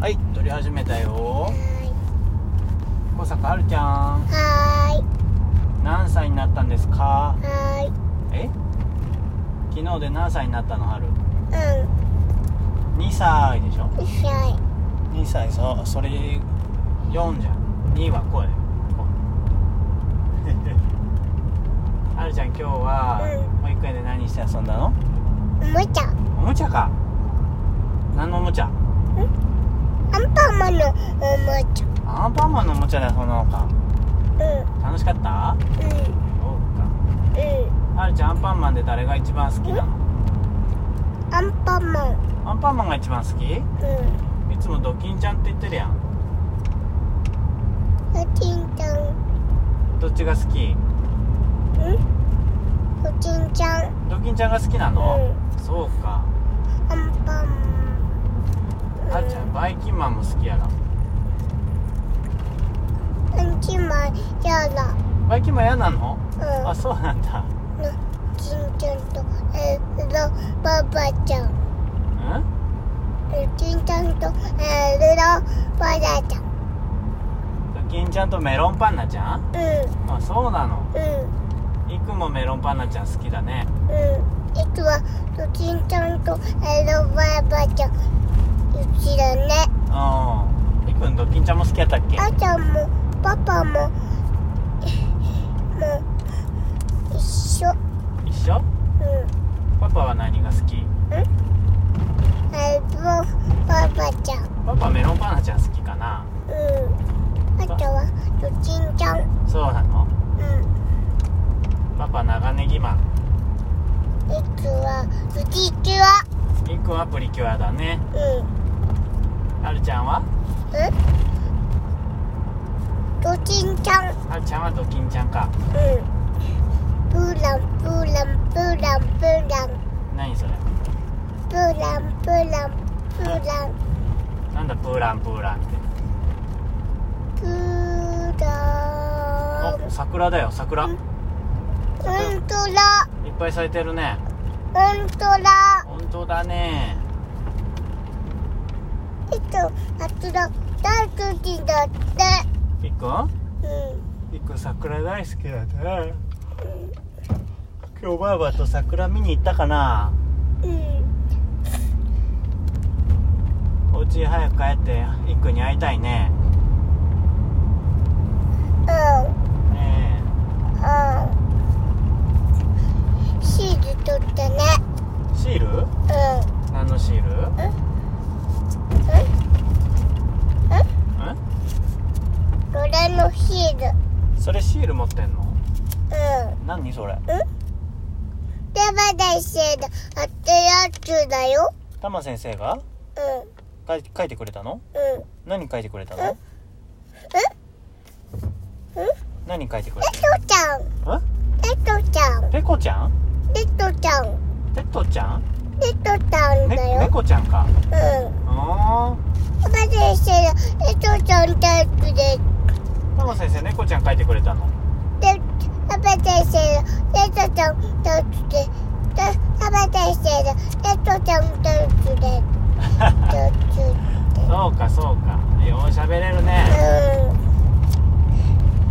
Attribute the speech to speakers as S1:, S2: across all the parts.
S1: はい撮り始めたよ小坂はるちゃん
S2: は
S1: 何歳になったんですか
S2: ーいは
S1: え昨日で何歳になったのはる
S2: ーい
S1: 2歳でしょ
S2: うん一歳
S1: 2歳そうそれ4じゃん2はこうだよこう はるちゃん今日は
S2: う
S1: 保育園で何して遊んだの
S2: おもちゃ
S1: おもちゃか何のおもちゃ
S2: アンパンマンのおもち
S1: アンパンマンのおもちゃで遊んだのか
S2: ゃ
S1: 楽しかった
S2: うんうん
S1: そうか
S2: う
S1: はるちゃんアンパンマンで誰が一番好きなの
S2: んアンパンマン
S1: アンパンマンが一番好きい
S2: うん
S1: つもドキンちゃんって言ってるやん
S2: おちんちゃん
S1: どっちが好き
S2: うんおちんちゃん
S1: ドキンちゃんが好きなの、そうか
S2: アンパンマン
S1: はるちゃんバイキンマンも好きやろ
S2: うんちまやだ
S1: バイキンマン嫌なの
S2: うん
S1: あそうなんだ
S2: のちんちゃんとえーのばばちゃ
S1: う
S2: ん
S1: ん
S2: えーちんちゃんとえーのばばちゃん
S1: ドキンちゃんとメロンパンナちゃん
S2: うん
S1: あそうなの
S2: うん
S1: いくもメロンパンナちゃん好きだね
S2: うん、いつはドキンちゃんとエロバーバーちゃんうちだね
S1: うんいくんドキンちゃんも好きやったっけ
S2: あちゃんもパパももう一緒
S1: 一緒
S2: うん
S1: パパは何が好き
S2: エロバーバーちゃん
S1: パパメロンパンナちゃん好きかな
S2: うんあとはドキンちゃん
S1: そうなの
S2: うん
S1: パパ長ネギマン
S2: いつはドキンちは
S1: りんくんはプリキュアだね
S2: うん
S1: はるちゃんは
S2: うんドキンちゃん
S1: はるちゃんはドキンちゃんか
S2: うんプーランプーランプーランプーラン
S1: 何それ
S2: プーランプーランプーラン
S1: なんだプーランプーランって
S2: プーラン
S1: お桜だよ桜い
S2: うん
S1: っ
S2: ほんとだ
S1: ぱい咲いてるね
S2: ほんとだ
S1: 本当だね
S2: えっとあつだ大好きだって
S1: りっくん
S2: うん
S1: りっくん桜大好きだね今日ばあばと桜見に行ったかな
S2: うん
S1: お家早く帰ってりっくんに会いたいね
S2: うん
S1: ね
S2: うんシール取ってね
S1: えシール
S2: うん
S1: 何のシールん
S2: えこれのシール
S1: それシール持ってんの
S2: うん
S1: 何それ
S2: 手羽でシール貼ってやつだよ
S1: タマ先生が
S2: うん
S1: 書い書いてくれたの
S2: うん
S1: 何書いてくれた
S2: え
S1: の
S2: うん
S1: 何書いてく
S2: ペ
S1: れ
S2: トちゃ
S1: たの
S2: んペトちゃん
S1: えペコちゃん
S2: ペトちゃん
S1: ペットちゃん
S2: ペトちゃん
S1: ね
S2: だよ。
S1: 猫ちゃんか
S2: うん。
S1: うーん
S2: パパ先生がペトちゃんタイプで、
S1: タマ先生猫ちゃん書いてくれたの
S2: で、パパ先生がペトちゃんタイプで、でパパ先生がペトちゃんタイプで、タイプで。
S1: そうかそうかよう喋れるね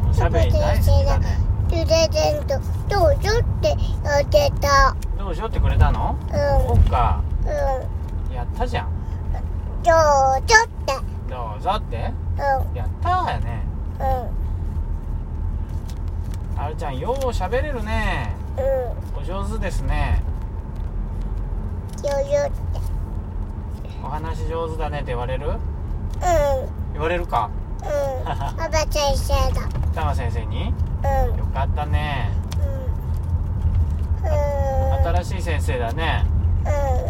S2: うん。
S1: おしゃべり大好きだね
S2: プレゼントどうぞってあげた。
S1: どうしようってくれたの
S2: うん。
S1: そ
S2: うん。
S1: うかやったじゃん
S2: どうぞって。
S1: どうぞって
S2: うん。
S1: やったーやねあるちゃんよう喋れるね
S2: うん。うん。
S1: お上手ですね
S2: よよって。
S1: お話上手だねって言われる
S2: うん。
S1: 言われるか
S2: うん。パパ先生だ。
S1: タマ先生に
S2: うん。
S1: よかったね新しい先生だね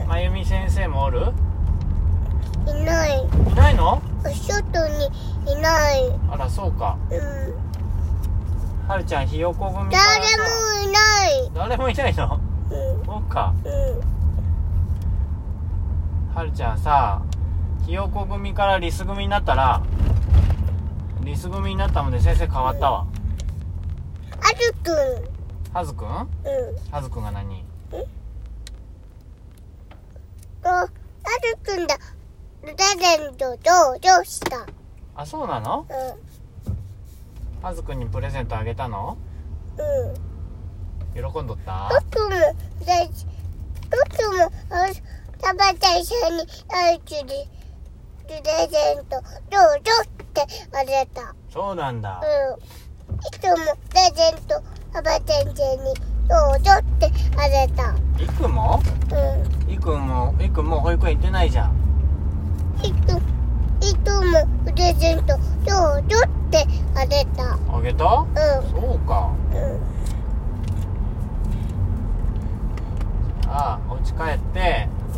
S2: う
S1: まゆみ先生もおる
S2: ん、いない。
S1: いないの
S2: お外にいない。うん。
S1: あらそうかはるちゃんひよこ組からさ
S2: 誰もいない。
S1: 誰もいないの
S2: うん。
S1: そうか
S2: うん。
S1: はるちゃんさひよこ組からリス組になったらリス組になったので先生変わったわ
S2: あるくん。
S1: はずくんは
S2: うん。
S1: ずくんが何
S2: と、あるくんだ。レゼントとどうした
S1: あそうなの
S2: うん
S1: カズくんにプレゼントあげたの
S2: う
S1: 喜
S2: ん
S1: んどった
S2: 僕も私僕もあパパと一緒にアイスでプレゼントどうぞってあげた
S1: そうなんだ
S2: うんいつもプレゼントパパ先生にどうぞってあげた
S1: いくんも
S2: うん
S1: いくんもいくんもう保育園行ってないじゃん
S2: いついつもプレゼントどうぞってあげた
S1: あげた
S2: うん
S1: そうか
S2: うん
S1: ああお家帰って
S2: う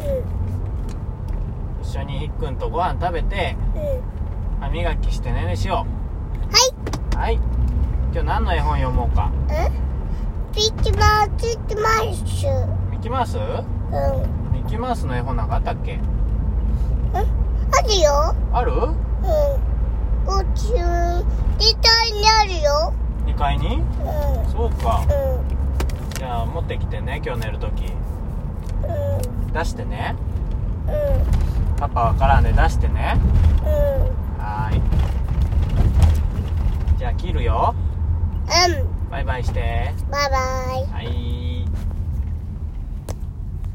S2: ん
S1: 一緒にいっくんとご飯食べて
S2: う
S1: 歯
S2: ん
S1: 磨きして寝寝しよ
S2: はい。
S1: うはい今日何の絵本読もうか
S2: ピッチマウス、ピッチマウス。
S1: ミッキーマウスミ
S2: うん。あ
S1: ッキーマウスの絵本なんかあったっけ
S2: るよ。
S1: ある
S2: うん。宇宙、絶対にあるよ。
S1: 2階に
S2: うん。
S1: そうか
S2: うん。
S1: じゃあ持ってきてね今日寝るとき
S2: うん。
S1: 出してね
S2: うん。
S1: パパわからんで出してね
S2: うん。
S1: はーいじゃあ切るよ
S2: うん。
S1: バイバイして
S2: バイバイ。
S1: はい